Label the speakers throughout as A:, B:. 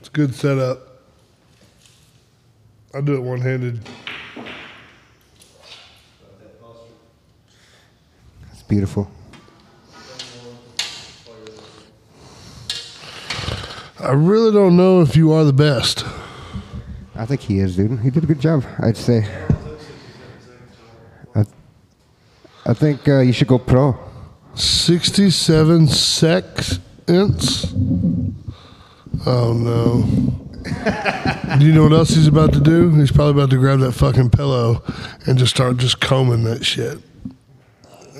A: It's a good setup. I do it one handed.
B: It's beautiful.
A: I really don't know if you are the best.
B: I think he is, dude. He did a good job, I'd say. I, I think uh, you should go pro.
A: 67 seconds. Oh no. do you know what else he's about to do? He's probably about to grab that fucking pillow and just start just combing that shit.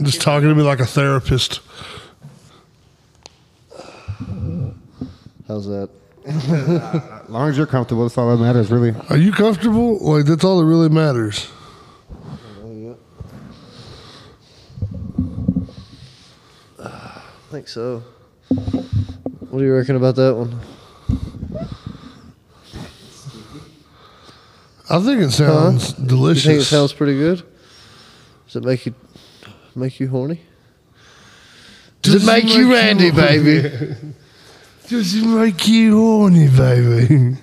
A: Just talking to me like a therapist.
B: How's that? as long as you're comfortable, that's all that matters, really.
A: Are you comfortable? Like that's all that really matters.
C: I think so. What do you reckon about that one?
A: I think it sounds delicious.
C: You think it sounds pretty good? Does it make you make you horny? Does, it make you Randy, baby?
A: Does it make you horny, baby?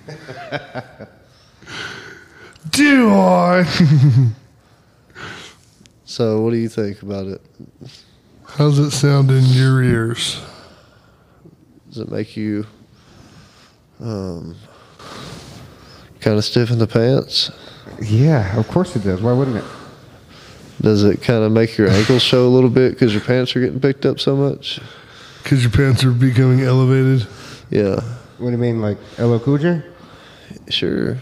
A: Do I?
C: So, what do you think about it?
A: How's it sound in your ears?
C: Does it make you um, kind of stiff in the pants?
B: Yeah, of course it does. Why wouldn't it?
C: Does it kind of make your ankles show a little bit because your pants are getting picked up so much?
A: Because your pants are becoming elevated?
C: Yeah,
B: What do you mean, like LL Cool J?
C: sure.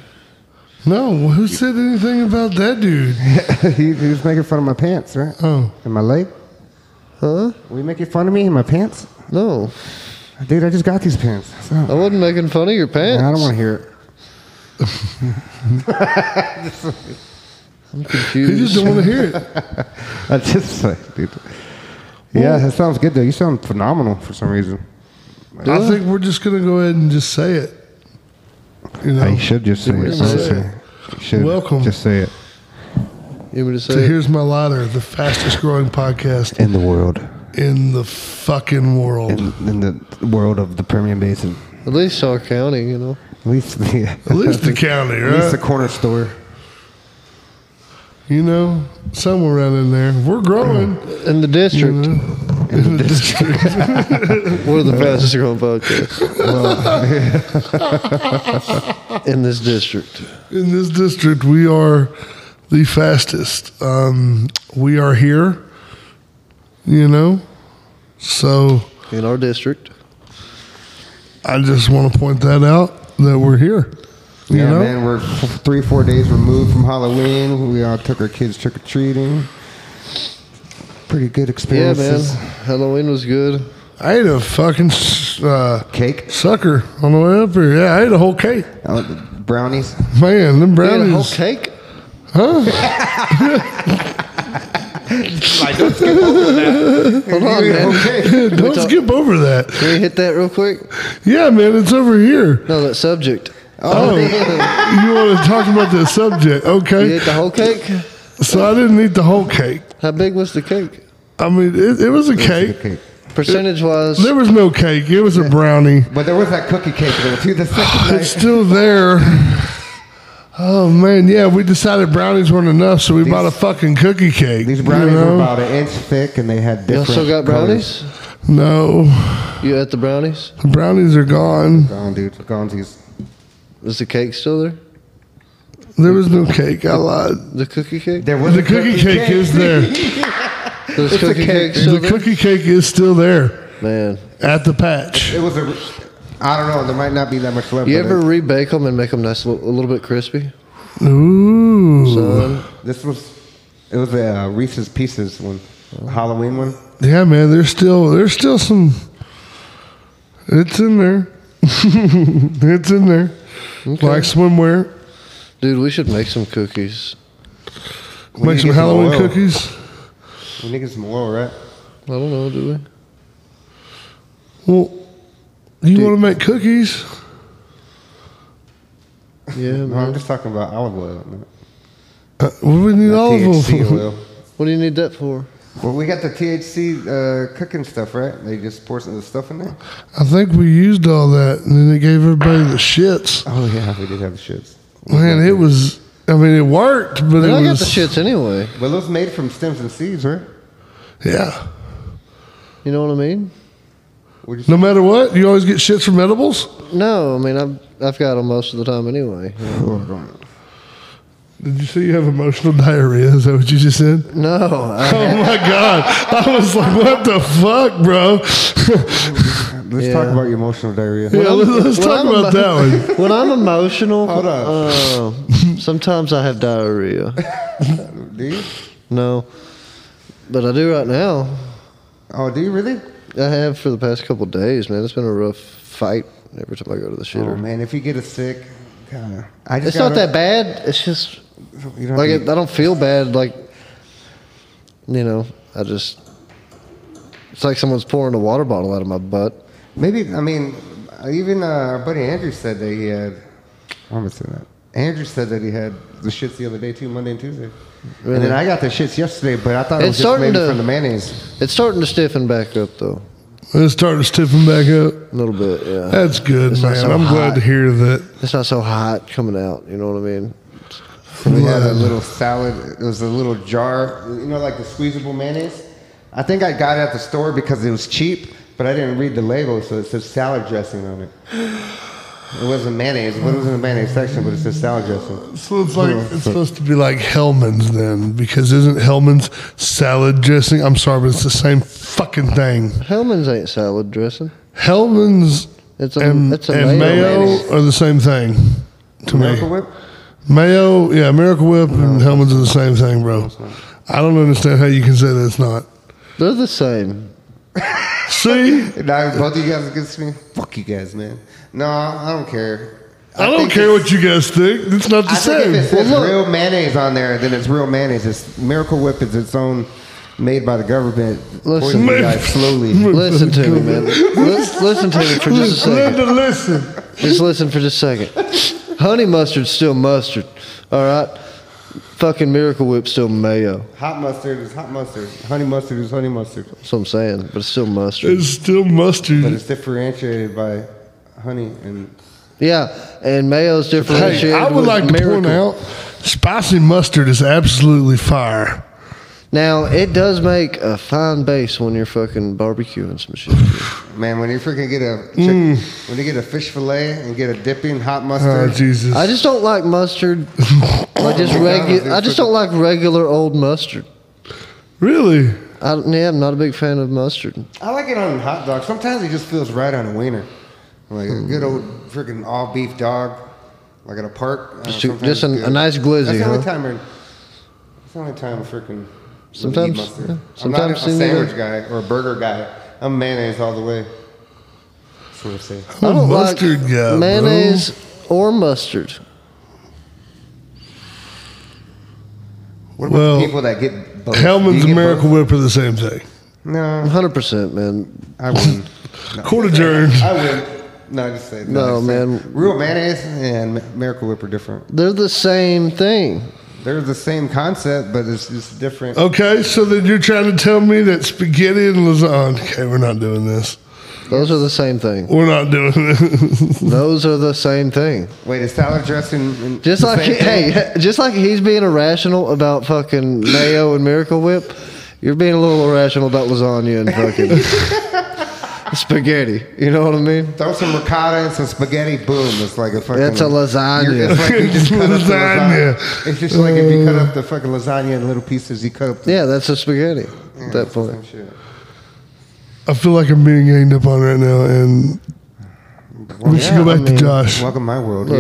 A: No, who said anything about that dude?
B: he, he was making fun of my pants, right?
A: Oh,
B: And my leg?
C: Huh?
B: Were you making fun of me and my pants?
C: No,
B: Dude, I just got these pants. It's not-
C: I wasn't making fun of your pants.
B: I don't want to hear it.
C: I'm
A: he just
C: confused.
A: don't want to hear it.
B: I just like, dude. Yeah, that sounds good though. You sound phenomenal for some reason.
A: I think we're just going to go ahead and just say it. You know?
B: I should just say it.
C: just say
B: honestly. You should
A: Welcome.
B: Just say it.
C: You want me to say
A: So
C: it?
A: here's my lighter, the fastest growing podcast
B: In the world,
A: in the fucking world.
B: in, in the world of the Permian Basin,
C: At least Shaw County, you know.
B: at least the
A: At least the county,
B: at least
A: right?
B: the corner store.
A: You know, somewhere around in there. We're growing.
C: In the district,
A: in the district.
C: we're the fastest growing podcast. In this district.
A: In this district, we are the fastest. Um, we are here, you know. So
C: In our district.
A: I just want to point that out that we're here. You
B: yeah,
A: know,
B: man, we're f- three, four days removed from Halloween. We all took our kids trick or treating. Pretty good
C: Yeah, man.
B: experiences.
C: Halloween was good.
A: I ate a fucking uh,
B: Cake,
A: sucker on the way up here. Yeah, I ate a whole cake.
B: uh, brownies.
A: Man, them
C: We had a whole
A: brownies.
C: cake.
B: Hold on,
C: man.
B: Okay.
A: Don't
C: all-
A: skip over that.
C: Can we hit that real quick?
A: Yeah, man, it's over here.
C: No, that subject.
A: Oh, you want to talk about the subject?
C: You
A: Okay.
C: ate the whole cake?
A: So I didn't eat the whole cake.
C: How big was the cake?
A: I mean, it, it was a cake.
B: Okay.
C: Percentage wise,
A: There was no cake. It was a brownie.
B: But there was that cookie cake though too. The second
A: It's
B: night.
A: still there. Oh man, yeah. We decided brownies weren't enough, so we bought a fucking cookie cake.
B: These
A: you
B: brownies were
A: know?
B: about an inch thick, and they had
C: y'all
B: different.
C: still got
B: colors.
C: brownies?
A: No,
C: You ate the brownies?
A: the brownies are gone.
B: Gone, dude. Gonzies.
C: Is the cake still there?
A: There was no cake. I lied.
C: The cookie cake?
B: There was
A: The cookie cake is there.
C: There's
B: It's a
C: cookie
B: cake.
C: cake
B: It's
C: still
A: The
C: there?
A: cookie cake is still there
C: Man.
A: at the patch.
B: It was a. I don't know. There might not be that much left.
C: You
B: but
C: ever
B: it-
C: rebake them and make them nice, a little, a little bit crispy?
A: Ooh.
C: Son,
B: This was. It was a uh, Reese's Pieces one, Halloween one.
A: Yeah, man. There's still there's still some. It's in there. it's in there. Like swimwear.
C: dude, we should make some cookies.
A: Make some
B: need to get some
A: Halloween
B: oil.
A: cookies.
B: We need to get some oil, right?
C: I don't know, do we?
A: Well, you want to make cookies?
C: Yeah,
B: No, I'm
C: man.
B: just talking about olive oil. man.
A: Uh, what do we need
B: Not
A: olive oil
B: THC
A: for?
B: oil.
C: What do you need that for?
B: Well, we got the THC uh, cooking stuff, right? They just pour some of the stuff in there.
A: I think we used all that, and then they gave everybody the shits.
B: Oh yeah, we did have the shits.
A: Man, it was. I mean, it worked, but
C: They
A: it
C: don't
A: was.
C: got the shits anyway.
B: Well, it was made from stems and seeds, right?
A: Yeah.
C: You know what I mean?
B: What'd you
A: No matter what, you always get shits from edibles.
C: No, I mean I've I've got them most of the time anyway.
B: say? Oh, God.
A: Did you say you have emotional diarrhea? Is that what you just said?
C: No, I,
A: Oh my god! I was like, what the fuck, bro?
B: Let's
C: Yeah.
B: talk about your emotional diarrhea.
A: yeah,
C: I'm-
A: let's
C: when
A: talk
C: I'm
A: about that one.
C: when I'm emotional,
B: Hold on.
C: uh, sometimes I have diarrhea.
B: Do you?
C: No, but I do right now.
B: Oh, do you really?
C: I have for the past couple of days, man. It's been a rough fight every time I go to the
B: Oh
C: shitter.
B: man, if you get a sick, God. I just
C: it's not
B: got
C: that
B: a-
C: bad. It's just
B: You don't
C: like
B: have
C: it,
B: to-
C: I don't feel bad. Like you know, I just it's like someone's pouring a water bottle out of my butt.
B: maybe I mean, even uh, our buddy Andrew said that he had. I'm gonna say that. Andrew said that he had the shits the other day too, Monday and Tuesday. And then I got the shits yesterday, but I thought it was
C: It's
B: just
C: starting
B: maybe
C: to-
B: from the mayonnaise.
C: It's starting to stiffen back up though,
A: It's starting to stiffen back up.
C: a little bit. Yeah,
A: That's good,
C: It's not
A: man.
C: so
A: I'm
C: hot.
A: glad to hear that.
C: it's not so hot coming out. You know what I mean?
B: We had
A: Yeah.
B: a little salad. It was a little jar, you know, like the squeezable mayonnaise. I think I got it at the store because it was cheap, but I didn't read the label, so it says salad dressing on it. It wasn't mayonnaise, but it was in the mayonnaise section, but it says salad dressing.
A: So it's like it's supposed to be like Hellman's then, because isn't Hellman's salad dressing? I'm sorry, but it's the same fucking thing.
C: Hellman's ain't salad dressing.
A: Hellman's
C: It's a
A: and,
C: it's a
A: and
C: mayo.
A: mayo,
B: mayonnaise.
A: are the same thing to
B: Miracle
A: me.
B: Whip?
A: Mayo, yeah, Miracle Whip and Hellman's are the same thing, bro. I don't understand how you can say that it's not.
C: They're the same.
A: See,
B: Now, both of you guys against me? Fuck you guys, man. No, I don't care.
A: I don't
B: think
A: care
B: it's-
A: what you guys think. It's not the
B: I think if it
A: same.
B: says
C: Well, look.
B: real mayonnaise on there, then it's real mayonnaise. It's Miracle Whip is its own, made by the government.
C: Listen.
B: Poison you guys slowly.
C: Listen to me, man. Lis- listen to me for just a second.
A: Linda, listen.
C: Just listen for just a second. Honey mustard's still mustard, all right? Fucking Miracle Whip's still mayo.
B: Hot mustard is hot mustard. Honey mustard is honey mustard.
C: That's what I'm saying, but it's still mustard.
A: It's still mustard.
B: But it's differentiated by honey and.
C: Yeah, and mayo's differentiated.
A: Hey, I would
C: with
A: like to
C: Miracle.
A: point out spicy mustard is absolutely fire.
C: Now, it does make a fine base when you're fucking barbecuing some shit.
B: Man, when you freaking get a chick, when you get a fish fillet and get a dipping hot
A: Mm. Oh,
B: mustard,
A: Jesus.
C: I just don't like mustard. Like just regu- I just don't like regular old mustard.
A: really?
C: I, yeah, I'm not a big fan of mustard.
B: I like it on hot dog. Sometimes it just feels right on a wiener, like a good old freaking all beef dog, like at a park. Uh,
C: Just, to,
B: sometimes
C: just an,
B: it's
C: a nice
B: good.
C: glizzy,
B: That's the
C: huh?
B: only time. I- That's the only time I freaking. Really
C: Sometimes-
B: eat mustard.
C: yeah,
B: I'm
C: sometimes
B: not
C: you
B: a
C: need
B: sandwich
C: a-
B: guy or a burger guy. I'm mayonnaise all the way. That's what I say.
A: I'm a
C: don't like
A: Oh, mustard guy. bro.
C: mayonnaise or mustard.
B: What about
A: Well,
B: the people that get both? Do
A: Hellman's
B: you
A: and
B: get
A: Miracle Whip are the same thing.
B: both? No,
C: 100%, man.
B: I wouldn't.
A: Court adjourned.
B: I wouldn't. No, just say
C: No,
B: just say-
C: man.
B: Real mayonnaise and Mi- Miracle Whip are different.
C: They're the same thing.
B: They're the same concept, but it's just
C: Oh.
B: different.
A: Okay, so then you're trying to tell me that spaghetti and lasagna. Okay, we're not doing this.
C: Those are the same thing.
A: We're not doing this.
C: Those are the same thing.
B: Wait, is salad dressing and
C: Just
B: the
C: like
B: same thing?
C: hey, just like he's being irrational about fucking mayo and Miracle Whip, you're being a little irrational about lasagna and fucking spaghetti. You know what I mean?
B: Throw some ricotta and some spaghetti. Boom! It's like a fucking.
C: That's a lasagna.
B: You're- It's like you just cut up the
A: Lasagna.
B: lasagna. It's just like if you cut up the fucking lasagna in little pieces, you cut up. The,
C: Yeah, that's a spaghetti. At that
B: it's the same
C: point,
B: shit.
A: I feel like I'm being ganged up on right now, and
B: Well,
A: We should go back to Josh.
B: Welcome my world. Yeah.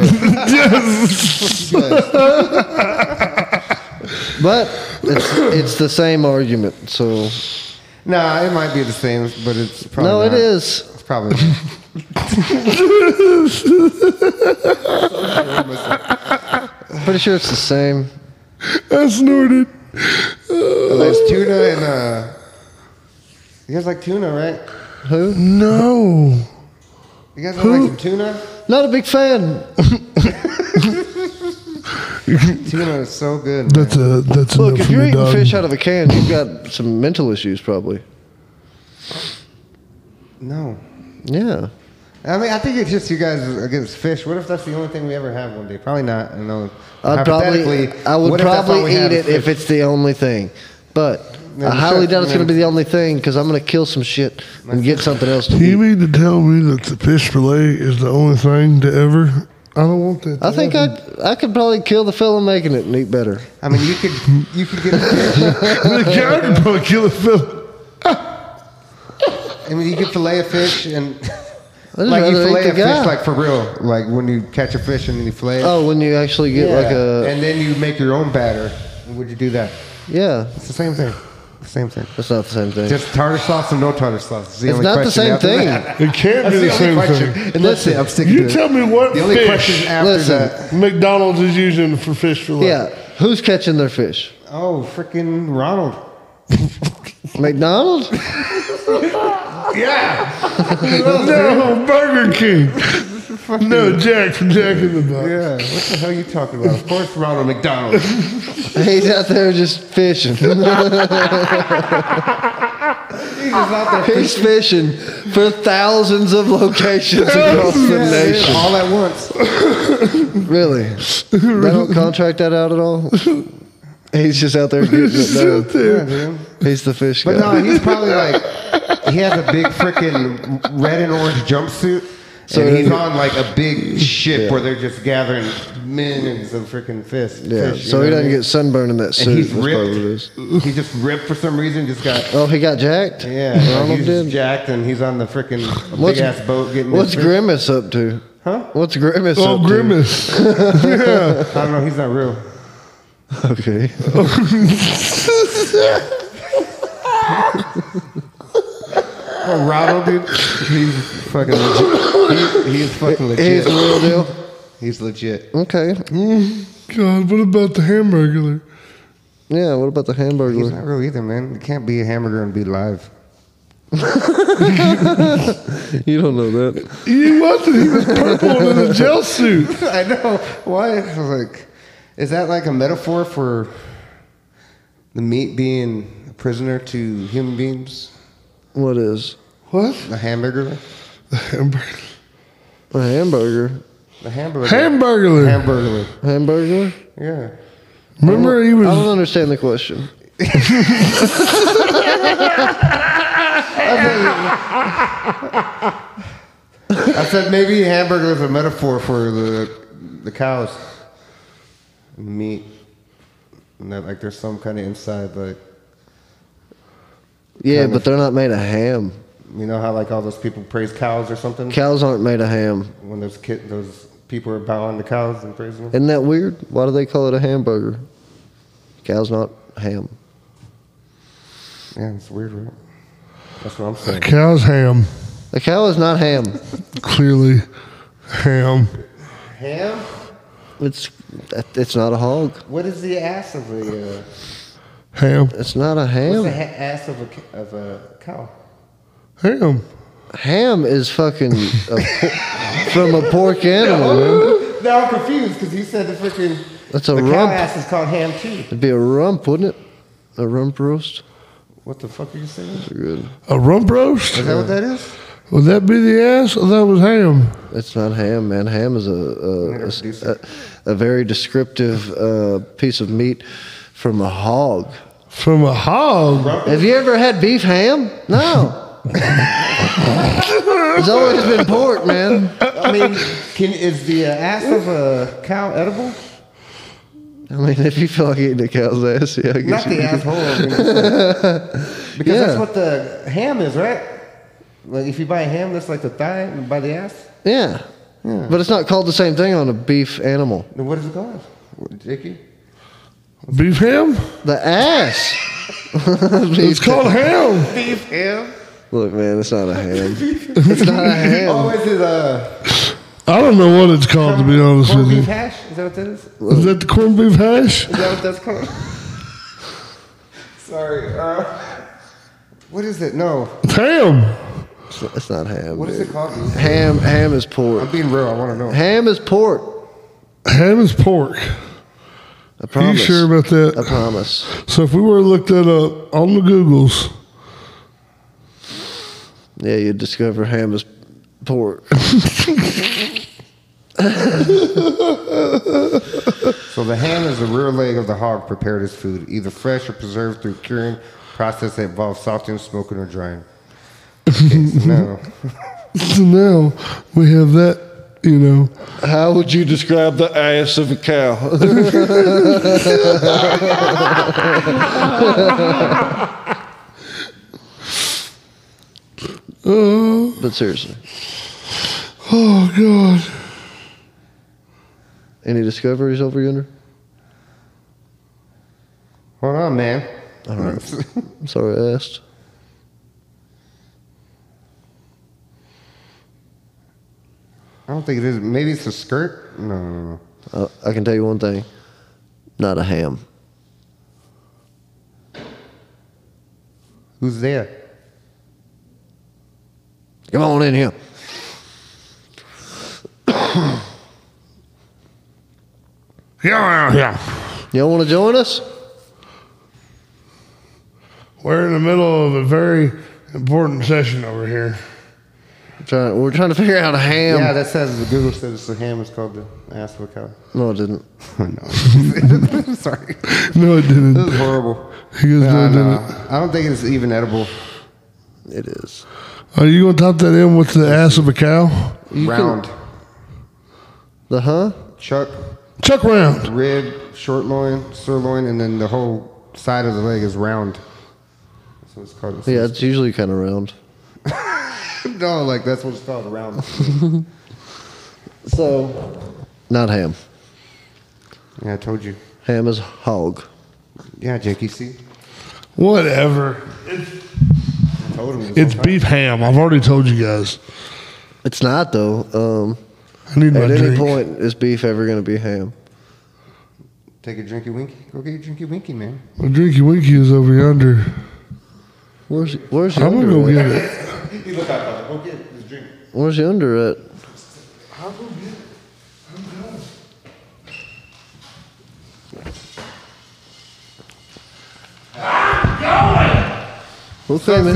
C: but it's it's the same argument. So
B: nah, it might be the same, but it's probably
C: no, it
B: not.
C: is.
B: It's probably. not.
C: Pretty sure it's the same.
A: I snorted.
B: There's tuna and uh. You guys like tuna, right?
C: Who?
A: No.
B: You guys don't like some tuna?
C: Not a big fan.
B: Tuna is so good. Man.
A: That's a that's a
C: Look,
A: no
C: if
A: from
C: you're
A: your
C: eating
A: dog.
C: fish out of a can, you've got some mental issues probably.
B: No.
C: Yeah.
B: I mean, I think it's just you guys against fish. What if that's the only thing we ever have one day? Probably not. I know.
C: I'd probably,
B: Hypothetically,
C: I would
B: what if that's all
C: probably
B: we have
C: eat
B: is
C: it if
B: fish?
C: it's the only thing. But
B: Yeah,
C: I highly doubt it's
B: sure.
C: going to be the only thing because I'm going to kill some shit and get something else to
A: You
C: eat.
A: mean to tell me that the fish fillet is the only thing to ever? I don't want that. to
C: I think
A: happen.
C: I I could probably kill the fella making it and eat better.
B: I mean, you could you could get a fish.
A: I mean, I could probably kill a fish.
B: I mean, you could fillet a fish and
C: I'd
B: like you
C: rather eat
B: fillet
C: the
B: a
C: guy.
B: fish like for real, like when you catch a fish and then you fillet. it.
C: Oh, when you actually get like a
B: and then you make your own batter. Would you do that?
C: yeah,
B: It's the same thing. The same thing.
C: that's not the same thing.
B: Just tartar sauce and no tartar sauce. It's, the
C: it's
B: only
C: not the
B: question
C: same
B: after
C: thing.
B: that.
A: It can't
B: That's
A: be the
B: the, only
A: same
B: question.
A: thing.
B: And that's it. I'm sticking
A: You
B: to
A: tell
B: it.
A: me what
B: The only question
A: fish
B: after
C: Listen.
B: that.
A: McDonald's is using for fish fillet.
C: Yeah, who's catching their fish?
B: Oh, freaking Ronald.
C: McDonald's?
A: No, Burger King. no, Jack from Jack in the Box.
B: Yeah. What the hell are you talking about? Of course, Ronald McDonald.
C: He's out there just fishing.
B: He's just out there
C: He's fishing for thousands of locations across the
B: Yeah, yeah,
C: nation.
B: all at once.
C: Really? They don't contract that out at all? He's just out there getting it done.
B: Yeah, dude.
C: He's the fish guy.
B: But no, he's probably like he has a big freaking red and orange jumpsuit.
C: So
B: and he's
C: it-
B: on like a big ship where they're just gathering millions of freaking fish.
C: yeah,
B: fish, you
C: so
B: know what
C: he
B: I
C: doesn't
B: mean?
C: get sunburned in that suit.
B: And he's
C: That's probably what it is.
B: ripped. He just ripped for some reason. Just got
C: Oh, he got jacked?
B: yeah.
C: Ronald
B: he's
C: did.
B: jacked and he's on the freaking big ass boat getting.
C: what's
B: this fish.
C: Grimace up to?
B: Huh?
C: What's Grimace
A: Oh,
C: up
A: grimace. yeah.
B: I don't know. He's not real.
C: to? Okay.
B: Oh, Ronald, dude. He's fucking legit. He's, he's fucking
C: He's the
B: legit.
C: real deal.
B: He's legit.
C: Okay.
A: God, what about the hamburger?
C: Yeah, what about the
B: He's
C: hamburger?
B: not real either, man. You can't be a hamburger and be live.
C: You don't know that.
A: He wasn't. He was purple and in a gel suit.
B: I know. Why? I was like, is that like a metaphor for the meat being a prisoner to human beings?
C: What is?
A: What?
B: The hamburger?
A: Hamburger.
C: A hamburger?
B: The hamburger.
A: Hamburger.
B: Hamburger.
C: Hamburger?
B: Yeah.
A: Remember, he
C: I don't
A: was.
C: understand the question.
B: I said maybe hamburger is a metaphor for the the cows. And the meat. And that like there's some kind of inside like
C: Yeah,
B: Kind
C: but
B: of.
C: they're not made of ham.
B: you know how like all those people praise cows or something?
C: Cows aren't made of ham.
B: when those kid those people are bowing to cows and praising them?
C: Isn't that weird? Why do they call it a hamburger? Cow's not ham.
B: Yeah, it's weird, right? That's what I'm saying.
A: Cow's ham.
C: A cow is not ham.
A: Clearly, ham.
B: Ham?
C: It's it's not a hog.
B: What is the ass of a uh,
A: Ham.
C: It's not a
B: what's the
C: ham.
B: ha- ass of a c- of a cow?
A: Ham.
C: Ham is fucking a por- from a pork animal. man.
B: Now I'm confused because he said the freaking
C: That's a
B: the cow
C: rump.
B: ass is called ham too.
C: It'd be a rump, wouldn't it? A rump roast.
B: What the fuck are you saying? Is
C: They're good.
A: A rump roast?
B: that what that is?
A: Would that be the ass? I thought it was ham.
C: It's not ham, man. Ham is a
B: Never produced
C: a, a,
B: it.
C: a very descriptive uh, piece of meat from a hog.
A: From a hog.
C: Have you ever had beef ham? No. it's always been pork, man.
B: I mean, can is the uh, ass of a cow edible?
C: I mean, if you feel like eating a cow's ass, yeah, I guess
B: Not
C: you
B: the
C: could.
B: asshole. I mean, because
C: Yeah.
B: that's what the ham is, right? Like if you buy ham, that's like the thigh. and You buy the ass.
C: Yeah. But it's not called the same thing on a beef animal.
B: Then what is it called, Jakey?
A: Beef ham?
C: The ass.
A: It's called ham.
B: Beef ham.
C: Look, man, it's not a ham. It's not a ham.
B: Always is uh, a
A: I don't know what it's called, to be honest
B: corned
A: with
B: beef
A: you.
B: hash. Is that what that is? Is
A: Is that the corned beef hash?
B: that what that's called? Sorry. Uh, what is it? No.
A: It's ham.
C: It's not, it's not ham.
B: What is
C: dude.
B: it called? dude?
C: Ham. Ham is
B: I'm
C: pork.
B: being real. I want to know.
C: Ham is pork.
A: Ham is pork.
C: I
A: Are you
C: promise.
A: sure about
C: I
A: that?
C: promise.
A: So if we were to look that up on the Googles,
C: Yeah, you discover ham is pork.
B: So the ham is the rear leg of the hog prepared as food, either fresh or preserved through curing process that involves softening, smoking, or drying. Okay, so now,
A: so now we have that, you know.
C: How would you describe the ass of a cow?
A: Oh,
C: but seriously,
A: oh God.
C: any discoveries over yonder?
B: hold on, man.
C: I'm sorry I asked.
B: I don't think it is. Maybe it's a skirt. No, no, no.
C: Uh, I can tell you one thing. Not a ham.
B: Who's there?
C: Come on in here.
A: Yeah, yeah.
C: Y'all want to join us?
A: We're in the middle of a very important session over here.
C: Trying, we're trying to figure out a ham.
B: yeah, that says the Google says it's the ham is called the ass of a cow.
C: no, it didn't.
B: Oh, no. Sorry.
A: No, it didn't.
B: This is horrible.
A: He goes, no, it
B: No,
A: didn't.
B: no. I don't think it's even edible.
C: It is.
A: Are you going to top that in with the ass of a cow?
B: Round.
C: The huh?
B: Chuck,
A: Chuck round.
B: rib, short loin, sirloin, and then the whole side of the leg is round. That's what it's called.
C: Yeah, it's usually kind of round.
B: No, like that's what it's called, a round.
C: So, not ham.
B: yeah, I told you.
C: Ham is hog.
B: Yeah, Jakey, see?
A: Whatever.
B: I told him. this
A: It's
B: whole time.
A: beef ham. I've already told you guys.
C: It's not though. Um,
A: I need my
C: at any
A: drink.
C: point, is beef ever going to be ham?
B: Take a drinky winky. Go get your drinky winky, man.
A: My drinky winky is over yonder.
C: Where's where's the
A: I'm gonna
C: under
A: go
C: at?
A: get it.
B: You look out, Go get his drink.
C: Where's the under at?
B: I'll go get it. I'm done.
C: We'll come in.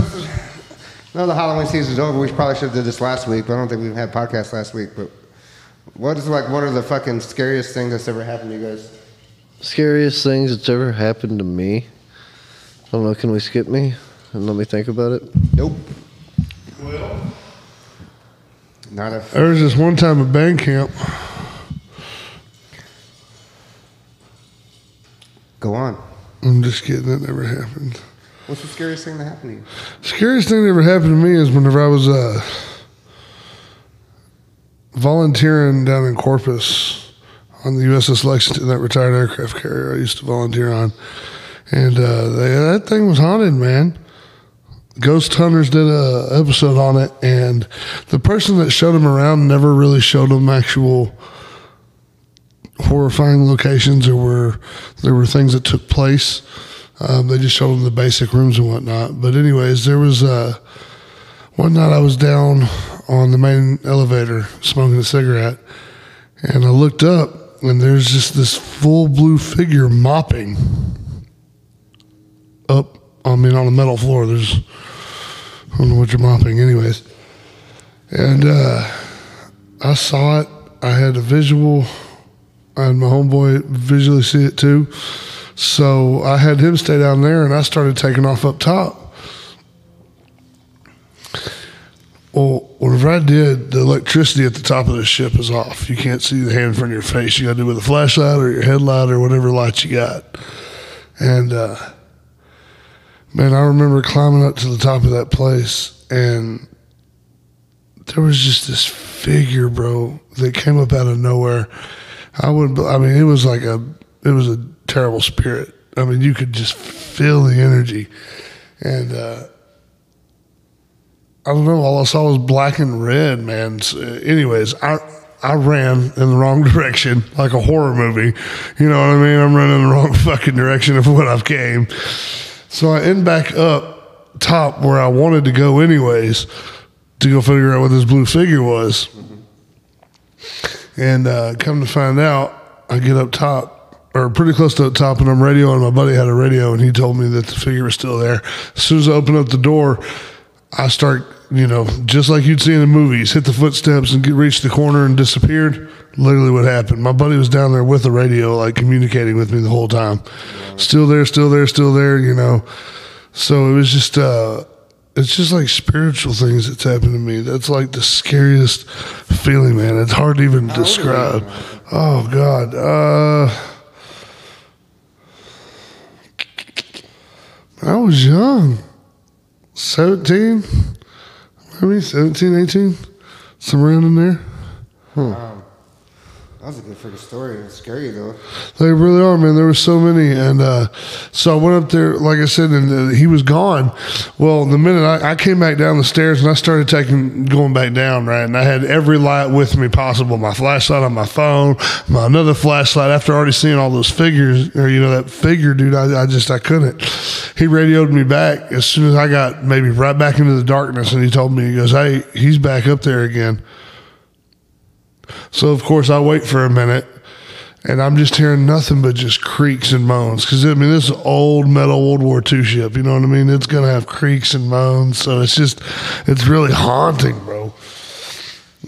B: No, the Halloween season's over. We probably should have did this last week, but I don't think we even had podcasts last week. But what is like one of the fucking scariest things that's ever happened to you guys?
C: Scariest things that's ever happened to me. I don't know. Can we skip me and let me think about it?
B: Nope. Well, not a.
A: There was this one time at band camp.
B: Go on.
A: I'm just kidding. That never happened.
B: What's the scariest thing that happened to you?
A: Scariest thing that ever happened to me is whenever I was uh, volunteering down in Corpus on the USS Lexington, that retired aircraft carrier I used to volunteer on, and uh, they, that thing was haunted, man. Ghost Hunters did a episode on it, and the person that showed him around never really showed him actual horrifying locations or where there were things that took place. Um, they just showed them the basic rooms and whatnot. But anyways, there was uh, one night I was down on the main elevator smoking a cigarette, and I looked up and there's just this full blue figure mopping up. I mean, on the metal floor. There's I don't know what you're mopping, anyways. And uh, I saw it. I had a visual. I had my homeboy visually see it too. So I had him stay down there and I started taking off up top. Well, whatever I did, the electricity at the top of the ship is off. You can't see the hand in front of your face. You got to do it with a flashlight or your headlight or whatever light you got. And uh, man, I remember climbing up to the top of that place and there was just this figure, bro, that came up out of nowhere. I would, I mean, it was like a, it was a terrible spirit. I mean, you could just feel the energy, and uh, I don't know. All I saw was black and red, man. So, anyways, I I ran in the wrong direction, like a horror movie. You know what I mean? I'm running the wrong fucking direction of what I've came. So I end back up top where I wanted to go, anyways, to go figure out what this blue figure was. And uh, come to find out, I get up top or pretty close to the top, and I'm radio, and my buddy had a radio, and he told me that the figure was still there. As soon as I open up the door, I start, you know, just like you'd see in the movies, hit the footsteps and get, reach the corner and disappeared. Literally, what happened? My buddy was down there with the radio, like communicating with me the whole time. Still there, still there, still there. You know, so it was just, uh, it's just like spiritual things that's happened to me. That's like the scariest feeling, man. It's hard to even describe. Oh God. Uh, I was young. 17, maybe 17, 18, somewhere in there.
B: That was a good freaking story. It was scary though.
A: They really are, man. There were so many, and uh, so I went up there, like I said, and uh, he was gone. Well, the minute I, I came back down the stairs and I started taking going back down, right, and I had every light with me possible, my flashlight on my phone, my another flashlight. After already seeing all those figures, or you know that figure, dude, I, I just I couldn't. He radioed me back as soon as I got maybe right back into the darkness, and he told me he goes, "Hey, he's back up there again." So of course I wait for a minute, and I'm just hearing nothing but just creaks and moans. Because I mean, this is old metal World War II ship. You know what I mean? It's gonna have creaks and moans. So it's just, it's really haunting, bro.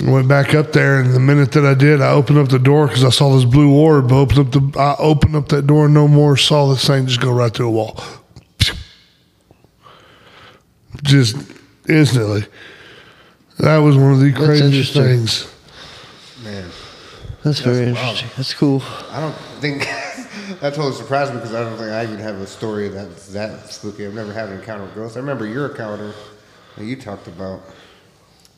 A: I went back up there, and the minute that I did, I opened up the door because I saw this blue orb. I opened up the, I opened up that door, and no more. Saw this thing just go right through a wall, just instantly. That was one of the craziest
C: interesting.
A: things.
B: Man,
C: That's very
B: wild.
C: interesting. That's cool.
B: I don't think that totally surprised me because I don't think I even have a story that's that spooky. I've never had an encounter with ghosts. I remember your encounter that you talked about,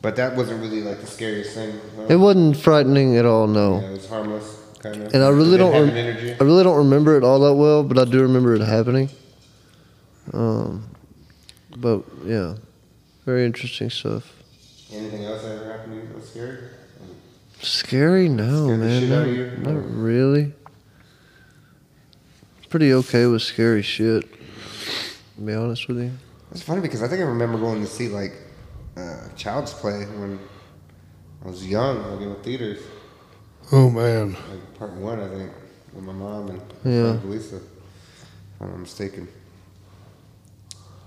B: but that wasn't really like the scariest thing. huh?
C: It wasn't frightening at all, no.
B: Yeah, it was harmless, kind of.
C: And I really
B: It
C: don't.
B: didn't have
C: Rem-
B: an energy.
C: I really don't remember it all that well, but I do remember it happening. Um, but yeah, very interesting stuff.
B: Anything else that ever happened to you that was scary?
C: Scary? No,
B: Scared the
C: man.
B: shit
C: not-
B: out of you?
C: not really. Pretty okay with scary shit. To be honest with you.
B: It's funny because I think I remember going to see like uh, Child's Play when I was young, like in the theaters,
A: Oh man.
B: like part one, I think, with my mom and
C: Yeah.
B: Aunt Lisa, if I'm not mistaken.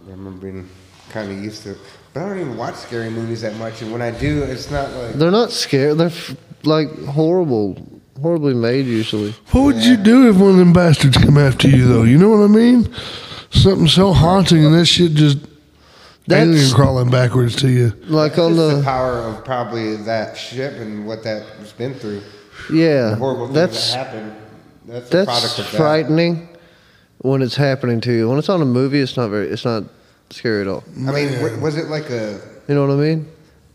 B: I remember being kind of used to, it. but I don't even watch scary movies that much, and when I do, it's not like
C: They're not scary. They're f- like horrible, horribly made usually.
A: What would you do if one of them bastards come after you, though? You know what I mean? Something so haunting, and that shit just alien
C: That's
A: crawling backwards to you.
C: like on
B: just the
C: the
B: power of probably that ship and what that's been through. The horrible
C: yeah.
B: things
C: That's
B: that happened. That's, a product
C: that's
B: of that.
C: frightening when it's happening to you. When it's on a movie, it's not very. It's not scary at all.
B: I mean, w- was it like a
C: You know what I mean?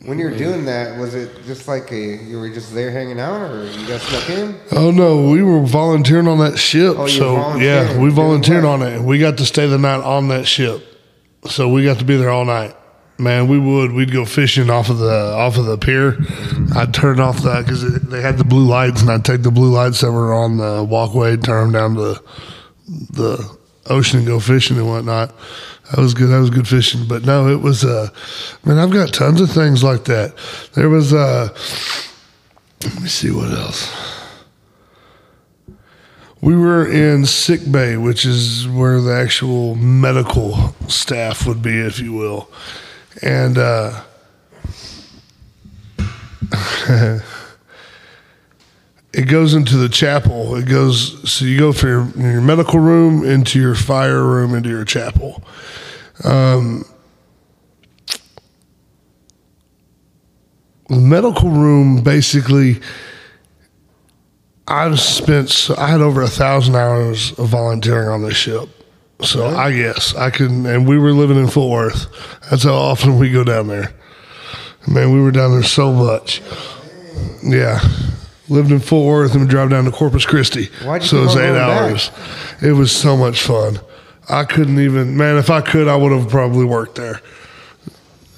B: When you were doing that, was it just like a you were just there hanging out, or you got snuck in?
A: Oh no, we were volunteering on that ship.
B: Oh, you
A: so
B: volunteered.
A: yeah, we
B: Good
A: volunteered on
B: work.
A: it. We got to stay the night on that ship, so we got to be there all night. Man, we would we'd go fishing off of the off of the pier. I'd turn off the because they had the blue lights, and I'd take the blue lights that were on the walkway, turn them down to the ocean, and go fishing and whatnot. That was good. That was good fishing. But no, it was uh, man, I've got tons of things like that. There was uh, let me see what else. We were in sick bay, which is where the actual medical staff would be, if you will. And uh, it goes into the chapel. It goes, so you go from your, your medical room into your fire room into your chapel. Um, the medical room basically i've spent so i had over a thousand hours of volunteering on this ship so i guess i can and we were living in fort worth that's how often we go down there man we were down there so much yeah lived in fort worth and we drove down to corpus christi
B: Why'd you
A: so
B: keep
A: it was
B: on
A: eight
B: going back?
A: hours it was so much fun i couldn't even man if i could i would have probably worked there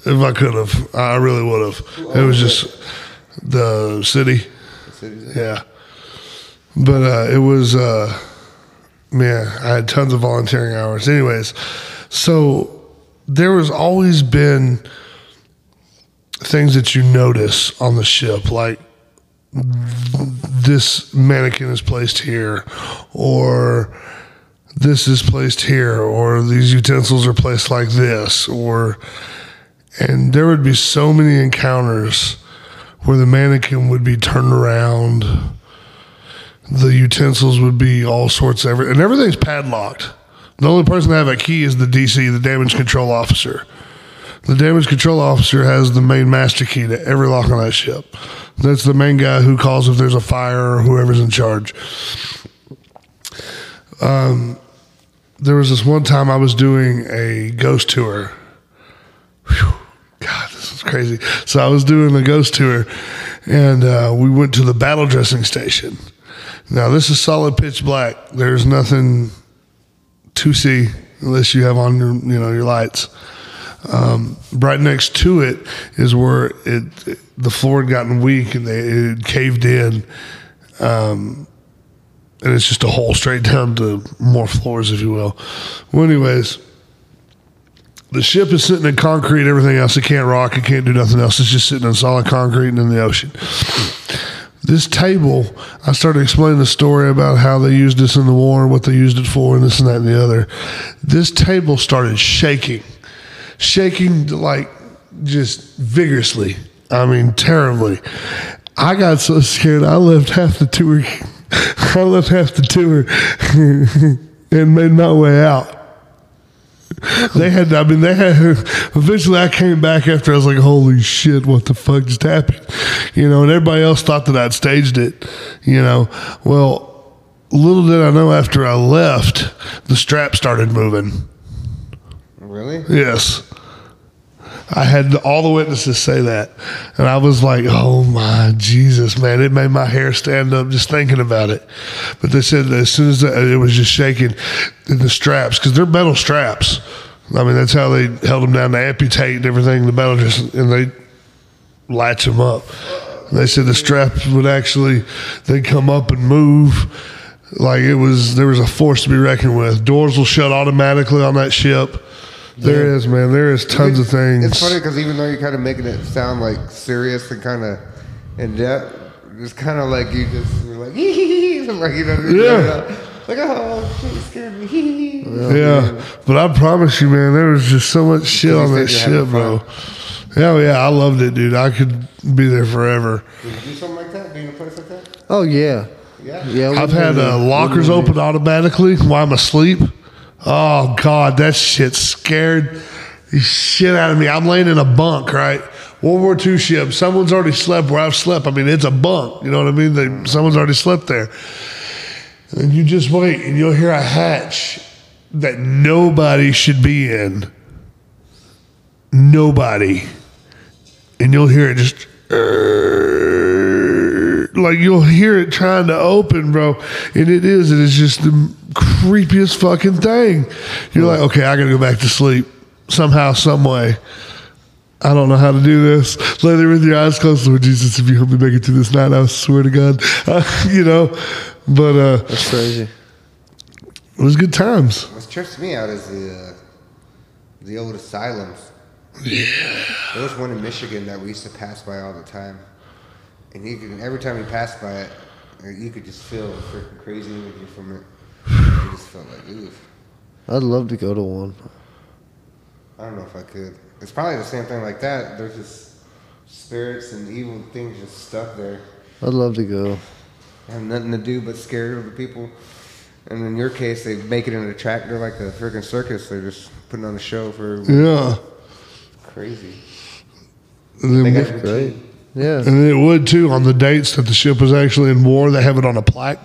A: if I could have, I really would have. It was just the city. Yeah. But uh, it was, uh, man, I had tons of volunteering hours. Anyways, so there was always been things that you notice on the ship. Like this mannequin is placed here, or this is placed here, or these utensils are placed like this, or and there would be so many encounters where the mannequin would be turned around, the utensils would be all sorts of everything, and everything's padlocked. The only person to have a key is the DC, the damage control officer. The damage control officer has the main master key to every lock on that ship. That's the main guy who calls if there's a fire or whoever's in charge. Um, there was this one time I was doing a ghost tour. Whew, God, this is crazy. So I was doing a ghost tour, and uh, we went to the battle dressing station. Now this is solid pitch black. There's nothing to see unless you have on your you know your lights Um, right next to it is where it the floor had gotten weak and they it had caved in um and it's just a hole straight down to more floors if you will well anyways the ship is sitting in concrete everything else it can't rock it can't do nothing else it's just sitting in solid concrete and in the ocean this table, I started explaining the story about how they used this in the war and what they used it for, and this and that and the other. This table started shaking, shaking like just vigorously. I mean, terribly. I got so scared, I left half the tour. I left half the tour and made my way out. They had, I mean, they had, eventually I came back after I was like, holy shit, what the fuck just happened? You know, and everybody else thought that I'd staged it, you know. Well, little did I know after I left, the strap started moving.
B: Really?
A: Yes. I had all the witnesses say that. And I was like, oh my Jesus, man. It made my hair stand up just thinking about it. But they said that as soon as that, it was just shaking, and the straps, because they're metal straps. I mean, that's how they held them down to amputate and everything, the metal just, and they latch them up. They said the straps would actually, they come up and move. Like it was, there was a force to be reckoned with. Doors will shut automatically on that ship. There is, man. There is tons of things.
B: It's funny because even though you're kind of making it sound like serious and kind of in depth, it's kind of like you just were like, I'm like, you know,
A: Yeah.
B: like, oh, shit, you scared me. hee, hee."
A: Yeah, but I promise you, man, there was just so much shit
B: At
A: on that
B: least they
A: shit,
B: were having
A: bro. Yeah, yeah, I loved it, dude. I could be there forever.
B: Did you do something like that? Being in a place like that?
C: Oh yeah,
B: Yeah.
C: yeah.
A: I've had uh, lockers open automatically while I'm asleep. Oh God, that shit scared the shit out of me. I'm laying in a bunk, right? World War II ship. Someone's already slept where I've slept. I mean, it's a bunk. You know what I mean? They, someone's already slept there. And you just wait, and you'll hear a hatch that nobody should be in. Nobody and you'll hear it just "Err," like you'll hear it trying to open, bro. And it is, it is just the creepiest fucking thing. You're like, okay, I gotta go back to sleep somehow, some way. I don't know how to do this. Lay there with your eyes closed, Lord Jesus. If you help me make it to this night, I swear to God, you know. But uh,
C: That's crazy.
A: it was good times.
B: What trips me out is the uh, the old asylums. Yeah. There was one in Michigan that we used to pass by all the time, and you could every time you passed by it, uh, you could just feel freaking crazy energy from it. You just felt like oof.
C: I'd love to go to one.
B: I don't know if I could. It's probably the same thing like that. There's just spirits and evil things just stuck there.
C: I'd love to go.
B: have nothing to do but scared of the people. And in your case, they make it an attract. They're like a freaking circus. They're just putting on a show for
A: Yeah.
B: crazy.
A: And
B: They
A: then,
B: got
A: and
C: Right?
B: routine.
C: Yeah.
A: then it would too on the dates that the ship was actually in war. They have it on a plaque,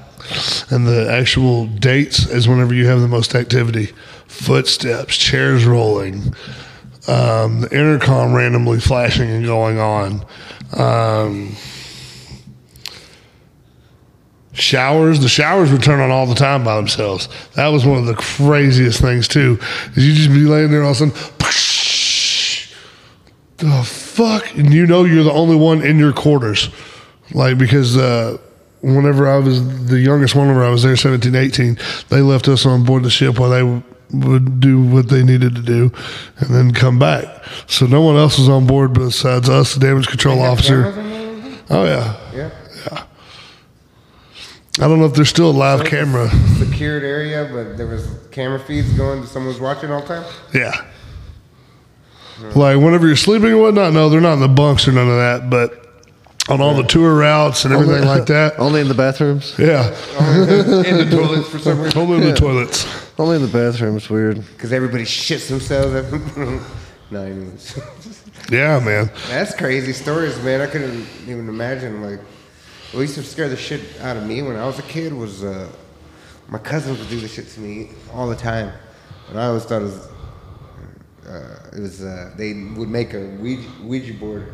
A: and the actual dates is whenever you have the most activity: footsteps, chairs rolling, um, the intercom randomly flashing and going on. Um, Showers. The showers would turn on all the time by themselves. That was one of the craziest things too. Is you just be laying there all of a sudden, the fuck, and you know you're the only one in your quarters, like because uh, whenever I was the youngest one, whenever I was there, 17, 18, they left us on board the ship while they w- would do what they needed to do, and then come back. So no one else was on board besides us, the damage control officer.
B: Cameras on there?
A: Oh yeah,
B: Yeah.
A: I don't know if there's still a live camera.
B: secured area, but there was camera feeds going. Someone was watching all the time.
A: Yeah. Like whenever you're sleeping and whatnot, no, they're not in the bunks or none of that, but on all the tour routes and everything like that.
C: Only in the bathrooms.
A: Yeah.
B: in the toilets for some reason
A: Only in the toilets.
C: Only in the bathrooms. Weird.
B: because everybody shits themselves. no, anyways.
A: Yeah, man.
B: that's crazy stories, man. I couldn't even imagine. Like, what used to scare the shit out of me when I was a kid was uh, my cousins would do this shit to me all the time, and I always thought it was. Uh, it was uh, they would make a Ouija, Ouija board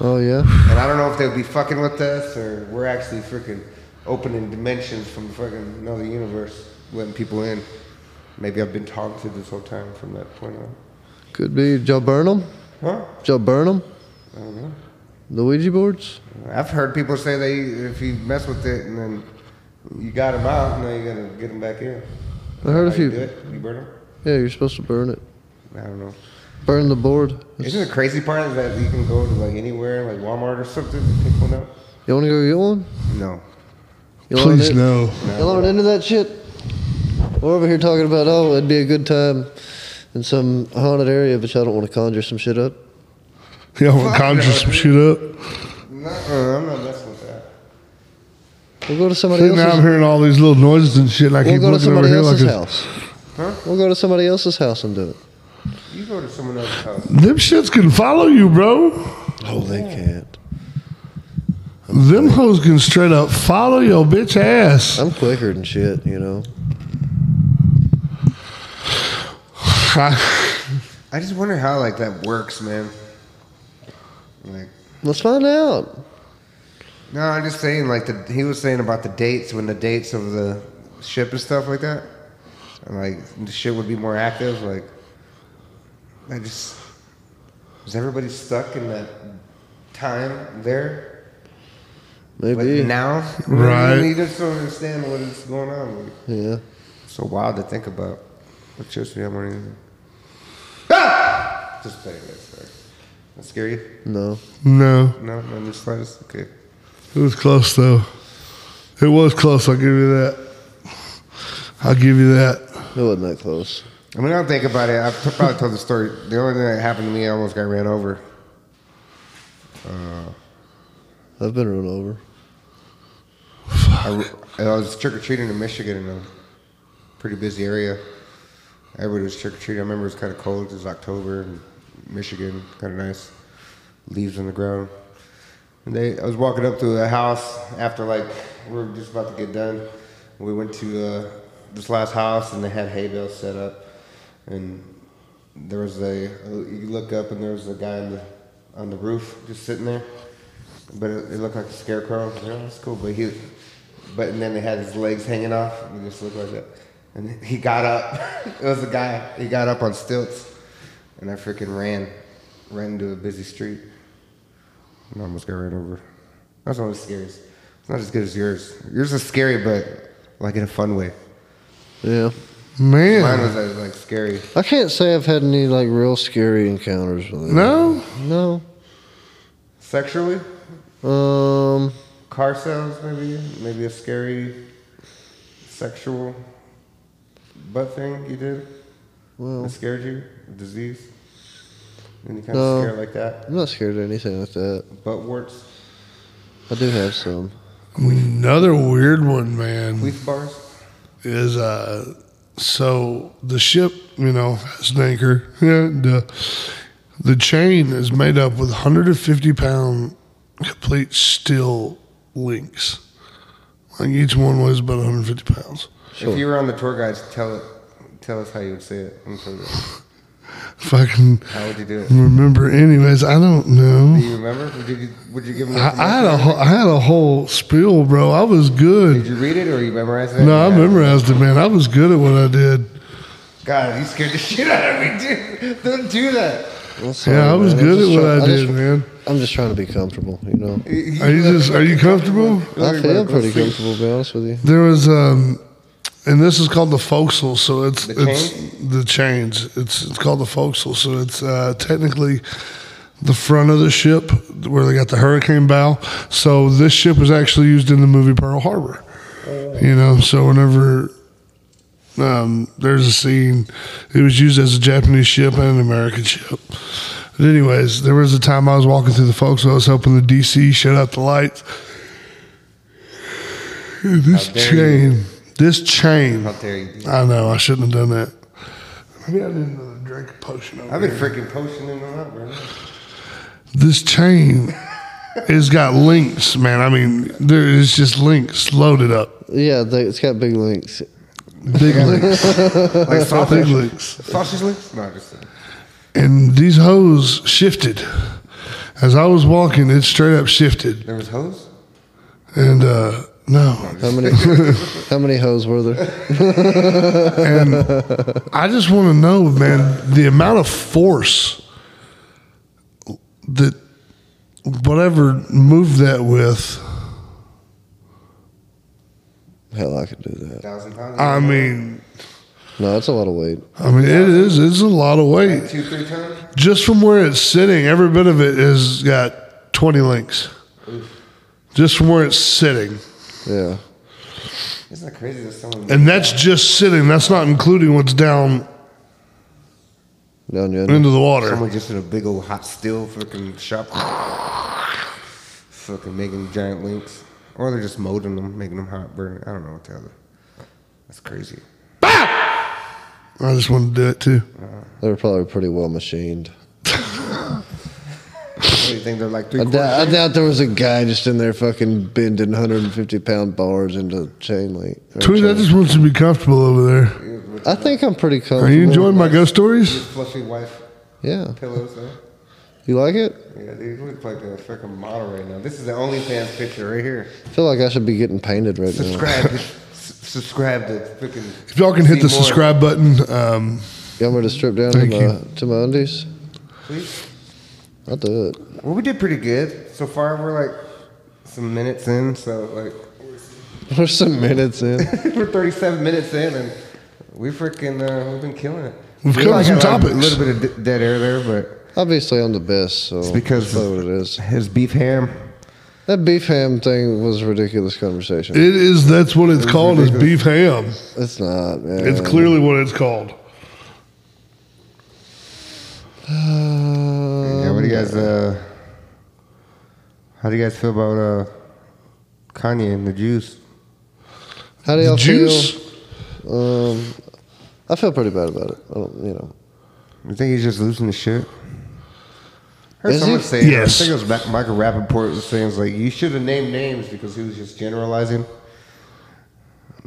C: Oh yeah.
B: And I don't know if they'll be fucking with us or we're actually freaking opening dimensions from fucking another universe, letting people in. Maybe I've been taunted this whole time from that point on.
C: Could be Joe Burnham.
B: Huh?
C: Joe Burnham.
B: Mm-hmm.
C: The Ouija boards.
B: I've heard people say they if you mess with it and then you got them out, now you gotta get them back in.
C: I heard a
B: How you do
C: few.
B: it? You burn them?
C: Yeah, you're supposed to burn it.
B: I don't know.
C: Burn the board.
B: Isn't the crazy part is that you can go to like anywhere, like Walmart or something, and pick one up?
C: You want to go get one?
B: No.
C: You load
A: Please
C: it-
A: no.
C: You load into that shit? We're over here talking about oh, it'd be a good time in some haunted area, but y'all don't want to conjure some shit up.
A: Y'all want to
B: Fuck
A: conjure
B: no,
A: some
B: dude.
A: shit up?
B: No, Uh, I'm not messing with that.
C: We'll go to somebody
A: See, now I'm
C: else's.
A: hearing all these little noises and shit. And I
C: We'll
A: keep
C: go to
A: looking over
C: somebody
A: here like
C: else's
A: a,
C: house.
B: Huh?
C: We'll go to somebody else's house and do it.
B: You go to someone else's house.
A: them shits can follow you, bro.
C: Oh, they can't.
A: Them hoes can straight up follow your bitch ass.
C: I'm quicker than shit, you know.
B: I just wonder how like that works, man. Like,
C: Let's find out.
B: no, I'm just saying like the he was saying about the dates when the dates of the ship and stuff like that, and like the ship would be more active. Like, I just is everybody stuck in that time there? Like
C: Maybe.
B: now, You know what I mean?
A: Right.
B: You just don't understand what is going on. Like,
C: Yeah.
B: it's so wild to think about. What trips me up or anything? Ah! Just play it. Sorry. That scare you?
C: No.
A: No,
B: No, not in the slightest. Okay.
A: it was close though. It was close. I'll give you that. I'll give you that.
C: It wasn't that close.
B: I mean, I don't think about it. I've t- probably told the story. The only thing that happened to me, I almost got ran over.
C: I've been run over.
B: I, I was trick or treating in Michigan in a pretty busy area. Everybody was trick or treating. I remember it was kind of cold. It was October in Michigan, kind of nice. Leaves on the ground. And they, I was walking up to a house after like we were just about to get done. We went to uh, this last house and they had hay bales set up, and there was a you look up and there was a guy on the on the roof just sitting there, but it, it looked like a scarecrow. I was like, oh, that's cool, but he, but and then they had his legs hanging off. And he just looked like that, and he got up. it was a guy. He got up on stilts, and I freaking ran, ran into a busy street. I almost got ran over. That's one of the scariest. It's not as good as yours. Yours is scary, but like in a fun way.
C: Yeah.
B: Mine
A: Man,
B: was uh, like scary.
C: I can't say I've had any like real scary encounters with it.
A: no,
C: No.
B: Sexually,
C: Um.
B: car sales maybe, maybe a scary sexual butt thing you did that
C: Well,
B: scared you, a disease. Any kind
C: No.
B: of scare like that,
C: I'm not scared of anything like that.
B: butt warts,
C: I do have some.
A: another weird one, man.
B: leaf bars.
A: Is uh, so the ship, you know, has an anchor. Yeah, the the chain is made up with 150 pound complete steel links. Like each one weighs about 150 pounds.
B: If you were on the tour guides, tell it, tell us how you would say it. I'm so good.
A: Fucking
B: How would you do it?
A: remember, anyways. I don't know.
B: Do you remember? Did you, would you give them?
A: I, I had a whole, I had a whole spiel, bro. I was
B: Did
A: good.
B: you read it or you memorized it?
A: No, I memorized it, man. I was good at what I did.
B: God, you scared the shit out of me, dude. Don't do that.
C: Well, sorry,
A: Yeah, I was
C: man. I'm
A: good
C: just
A: at what
C: try-
A: I did,
C: just-
A: man.
C: I'm just trying to be comfortable, you know.
A: Are you just are you comfortable?
C: I feel pretty comfortable, to be honest with you.
A: There was um, and this is called the forecastle, so it's
B: The
A: it's the chains. It's it's called the forecastle, so it's uh, technically the front of the ship where they got the hurricane bow. So this ship was actually used in the movie Pearl Harbor. You know, so whenever um, there's a scene, it was used as a Japanese ship and an American ship. But anyways, there was a time I was walking through the folks. I was helping the DC shut out the lights. And This
B: How dare
A: chain, this chain.
B: How dare you?
A: I know I shouldn't have done that. Maybe I didn't uh, drink a potion. Over
B: I've been
A: here.
B: freaking posting in and out, bro.
A: this chain has got links, man. I mean, there is just links loaded up,
C: Yeah, they, it's got big links.
A: big links,
B: Like
A: big
B: sausage,
A: links.
B: sausage links? No, just a
A: And these hoes shifted. As I was walking, it straight up shifted.
B: there was hose.
A: And uh, no,
C: How many? how many hoes were there?
A: and I just want to know, man, the amount of force that whatever moved that with.
C: Hell, I could do that.
B: Thousand pounds.
A: I mean,
C: No, that's a lot of weight.
A: I mean, it is. It's a lot of weight.
B: two, three times.
A: just from where it's sitting, every bit of it has got 20 links. Just from where it's sitting.
C: Yeah.
B: Isn't that crazy that someone?
A: And that's just sitting. That's not including what's down
C: Down the end.
A: into the water.
B: Someone just in a big old hot steel fucking shop. fucking making giant links. Or they're just molding them, making them hot, burning. I don't know what the other. That's crazy.
A: I just wanted to do it too.
C: They were probably pretty well machined.
B: What do you think? They're like three
C: I
B: quarters.
C: doubt, I doubt there was a guy just in there fucking bending 150 pound bars into chain link. or
A: Tweet, I
C: chain-
A: just want you to be comfortable over there.
C: I think I'm pretty comfortable.
A: Are you enjoying my ghost stories?
B: Fluffy wife
C: Yeah.
B: pillows, though.
C: You like it?
B: Yeah, dude, you look like a freaking model right now. This is the OnlyFans picture right here.
C: I feel like I should be getting painted right now.
B: Subscribe. to, s- subscribe to freaking.
A: If y'all can hit the
B: see more,
A: subscribe button, um,
C: You want me to strip down to
A: Thank
C: my, to my undies?
B: Please.
C: I'll do it.
B: Well, we did pretty good so far. We're like some minutes in, so like
C: We're some minutes in.
B: We're 37 minutes in, and we freaking uh, we've been killing it.
A: We've
B: We
A: covered
B: like
A: some
B: had A
A: topics.
B: little bit of d- dead air there, but
C: Obviously, I'm the best, so
B: it's because
C: that's probably what it is.
B: his beef ham.
C: That beef ham thing was a ridiculous conversation.
A: it is, that's what it's called is beef ham.
C: it's not, man.
A: It's clearly what it's called.
B: yeah, what do you guys? Uh, how do you guys feel about uh, Kanye and the Jews?
C: How do
A: The
C: y'all
A: juice?
C: feel? Um, I feel pretty bad about it. I don't, you know.
B: You think he's just losing his shit? Heard
C: Is
B: someone
C: he?
B: say,
A: Yes.
B: I think it was Ma- Michael Rappaport was saying, it's like, you should have named names because he was just generalizing.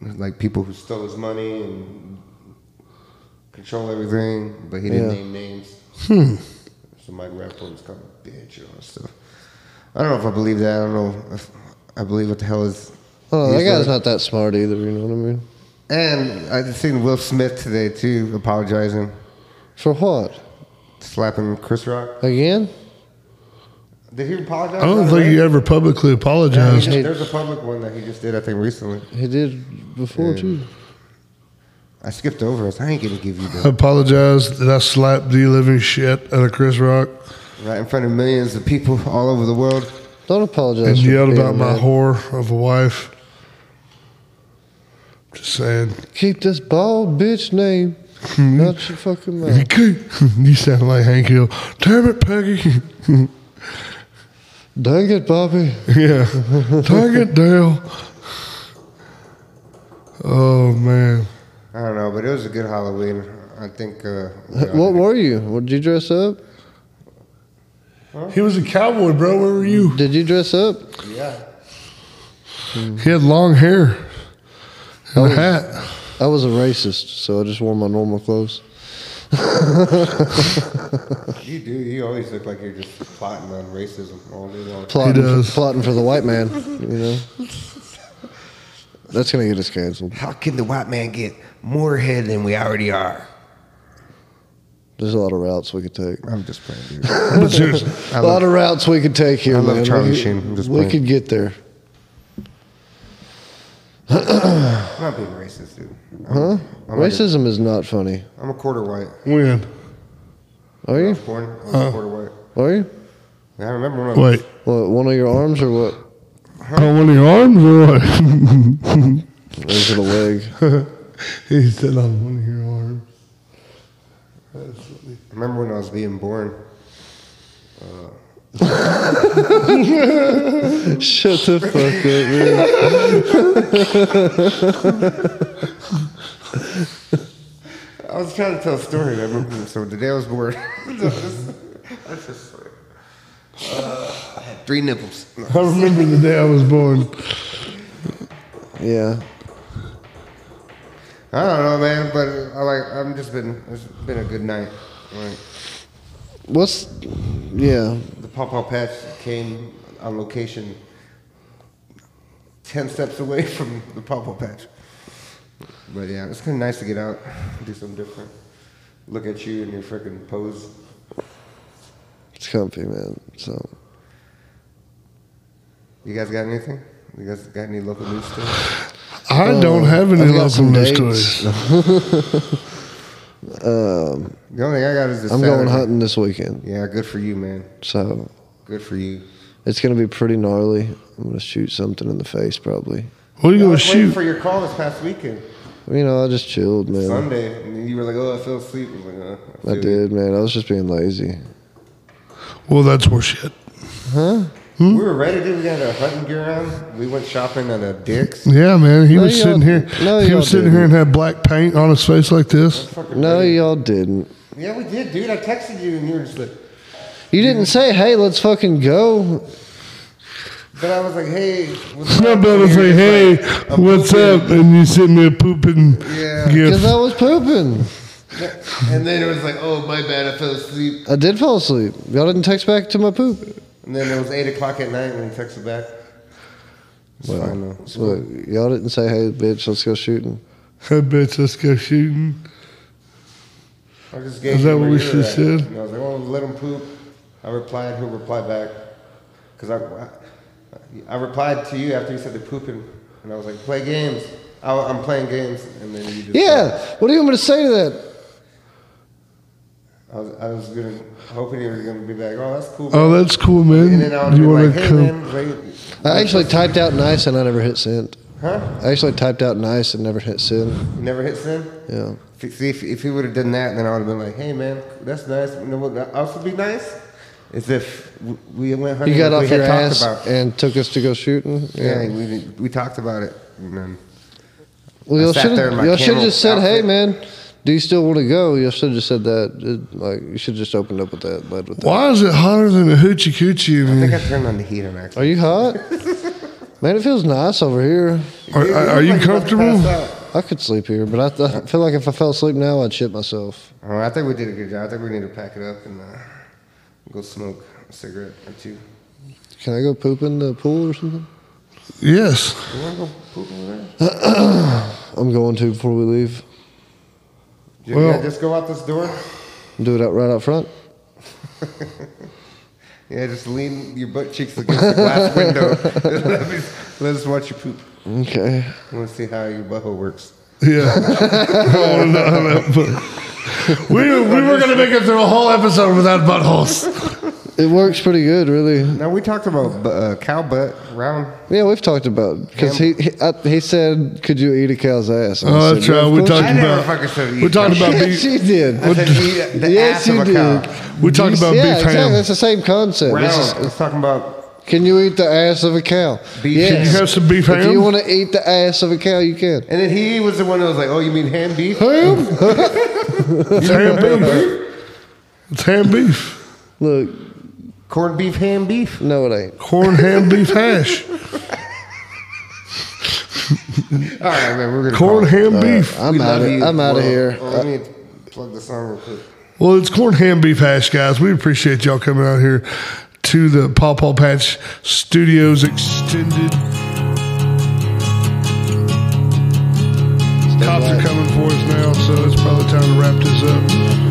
B: Like people who stole his money and control everything, but he didn't
C: Yeah. Hmm.
B: name names. So Michael Rappaport was called a bitch and all that stuff. I don't know if I believe that. I don't know if I believe what the hell is.
C: Oh, that
B: he's
C: guy's
B: doing.
C: not that smart either. You know what I mean?
B: And I just seen Will Smith today too apologizing,
C: For what?
B: slapping Chris Rock.
C: Again?
B: Did he apologize?
A: I don't
B: about
A: think
B: that?
A: he ever publicly
B: Yeah, he
A: apologized.
B: just- there's a public one that he just did, I think, recently.
C: He did before too.
B: I skipped over it. I ain't gonna give you that.
A: apologized that I slapped the living shit out of Chris Rock
B: Right in front of millions of people all over the world.
C: Don't apologize.
A: and
C: for
A: yelled
C: being
A: about my
C: mad.
A: whore of a wife. Just saying.
C: Keep this bald bitch name
A: Hmm.
C: out your fucking mouth.
A: you sound like Hank Hill. Damn it, Peggy.
C: Dang it, Bobby.
A: yeah. Dang it, Dale. Oh, man.
B: I don't know, but it was a good Halloween. I think. Uh,
C: What were you? What, did you dress up?
A: He was a cowboy, bro. Where were you?
C: Did you dress up?
B: Yeah.
A: He had long hair and a hat.
C: I was a racist, so I just wore my normal clothes.
B: You do. You always look like you're just plotting on racism all day long.
C: Plotting,
A: does.
C: plotting for the white man, you know. That's gonna get us canceled.
B: How can the white man get more head than we already are?
C: There's a lot of routes we could take.
B: I'm just playing, dude.
A: But seriously,
B: I
C: A lot of routes we could take here,
B: I love
C: man.
B: Charlie
C: we,
B: Sheen. I'm just
C: we
B: playing.
C: could get there.
B: I'm not being racist, dude. I'm,
C: Huh?
B: I'm like
C: Racism is not funny.
B: A, I'm a quarter white.
A: when?
C: Are
B: I
C: you?
B: was born. I was a
A: Huh.
B: quarter white.
C: Are you?
B: I remember when I was
A: Wait.
C: What? One of your arms or what?
A: On one of your arms or what?
C: Over the leg.
A: he said, "I'm one of your arms." That's funny.
B: I remember when I was being born.
C: Shut the fuck up, man.
B: I was trying to tell a story. but I remember, so the day I was born, that's just funny. Uh, I had three nipples. No.
A: I remember the day I was born.
C: Yeah.
B: I don't know, man, but I like. I'm just been. It's been a good night. Like,
C: What's. Yeah.
B: the Paw Paw Patch came on location ten steps away from the Paw Paw Patch. But yeah, it's kind of nice to get out, do something different. Look at you and your freaking pose.
C: It's comfy, man. So.
B: You guys got anything? You guys got any local news stories?
A: I don't have any
C: I've got
A: local
C: some
A: news
C: dates.
A: stories.
B: The only thing I got is this.
C: I'm going
B: Saturday.
C: hunting this weekend.
B: Yeah, good for you, man.
C: So.
B: Good for you.
C: It's going to be pretty gnarly. I'm going to shoot something in the face, probably.
A: What are you
B: I
A: gonna
B: was waiting
A: shoot?
B: for your call this past weekend,
C: You know, I just chilled, man.
B: Sunday, and then you were like, "Oh, I fell asleep." I, was like, uh,
C: I
B: feel you.
C: did, man. I was just being lazy.
A: Well, that's horseshit. Hmm?
B: We were ready, dude. We got our hunting gear on. We went shopping at a Dick's.
A: Yeah, man. He
C: No,
A: was
C: y'all-
A: sitting here.
C: no,
A: he
C: y'all
A: was sitting here and had black paint on his face like this.
B: Fucking
C: No,
B: ready.
C: y'all didn't.
B: Yeah, we did, dude. I texted you, and you were just like,
C: You didn't say, "Hey, let's fucking go."
B: "But I was like, hey, what's
A: It's not bad to say, "Hey, what's up?" and you sitting there pooping.
B: Yeah.
A: gif.
C: Because I was pooping.
B: And then it was like, "Oh, my bad, I fell asleep."
C: I did fall asleep. Y'all didn't text back to my poop.
B: And then it was eight o'clock at night when he texted back. It's
C: Well,
B: fine, though. It's cool.
C: Look, y'all didn't say, "Hey, bitch, let's go shooting."
A: I bet let's go shooting.
B: I just gave
A: Is
B: you
A: that what
B: where
A: we
B: you were
A: should've
B: at.
A: said?
B: And I was like, "Oh, let him poop." I replied. He'll reply back. Cause I, I, I replied to you after you said the pooping, and I was like, "Play games." I, I'm playing games, and then you just
C: Yeah. What do you want me to say to that?
B: I was, I was gonna hoping he was gonna be like, "Oh, that's cool."
A: Oh, that's cool, man.
B: and then I was
A: you
B: like,
A: want
B: "Hey,
A: to come?
B: man, wait,
C: I actually typed out nice and I never hit send.
B: huh?
C: I actually typed out nice and never hit send.
B: You never hit send."
C: Yeah.
B: If- See, if, if he would have done that, then I would have been like, "Hey, man, that's nice." You know what would also be nice is if w- we went hunting.
C: You got
B: we
C: off
B: had
C: your
B: talked
C: ass
B: About,
C: and took us to go shooting.
B: yeah, we didn't- we talked about it. And then,
C: Well,
B: I
C: y'all
B: sat
C: should
B: there in my
C: y'all should have
B: camel
C: just said, "Hey,
B: outfit."
C: man, do you still want to go?" Y'all should have just said that. It- like you should have just opened up with that, led with that.
A: Why is it hotter than a hoochie coochie
B: I
A: in
B: think
A: here?
B: I turned on the heat on accident.
C: Are you hot? man, it feels nice over here.
A: Are,
B: Dude,
A: are,
B: look
A: are you
B: like about to
A: comfortable?
B: pass out.
C: I could sleep here, but I, th- I feel like if I fell asleep now, I'd shit myself.
B: Oh, I think we did a good job. I think we need to pack it up and uh, go smoke a cigarette or two.
C: Can I go poop in the pool or something?
A: Yes.
B: You want to go poop over there?
C: I'm going to before we leave.
B: Yeah,
A: Well-
B: just go out this door.
C: Do it out right out front.
B: Yeah, just lean your butt cheeks against the glass window. let, me, let us watch you poop.
C: Okay.
B: I want to see how your butthole works.
A: Yeah. I wanna know how that- but- we, we were going to make it through a whole episode without buttholes.
C: It works pretty good, really.
B: Now we talked about bu- uh, cow butt round.
C: Yeah, we've talked about because he he, I, he said, "Could you eat a cow's ass?" And I
A: Oh,
C: said,
A: that's
C: "Yeah,
A: right.
C: of
A: We
C: course
A: talked
B: I never
A: about.
B: fucking said eat
A: We're talking
C: you
A: about
C: can."
A: beef.
C: she did.
B: I said eat the
C: yes,
B: ass
C: you
B: of a
C: did.
B: cow.
A: We talked
C: You-
A: about
C: yeah,
A: beef
C: exactly.
A: ham.
C: That's the same concept.
B: Round.
C: It's
B: I was talking about.
C: just, can you eat the ass of a cow?
B: Beef
A: Can you have some beef
C: If
A: ham?
C: you want to eat the ass of a cow, you can.
B: And then he was the one that was like, "Oh, you mean ham beef?"
C: Ham?
A: it's ham beef. It's ham beef.
C: Look,
B: Corned beef, ham beef.
C: no, it ain't.
A: Corn ham beef hash.
B: All right, man, we're gonna.
A: Corn
B: call it.
A: ham beef.
C: I'm
B: We
C: out
B: love
C: of
B: you.
C: I'm out of
B: Well,
C: here.
B: well, let me plug this on real quick.
A: Well, it's corn ham beef hash, guys. We appreciate y'all coming out here to the Paw Paw Patch Studios Extended. Cops are coming for us now, so it's probably time to wrap this up. uh, uh,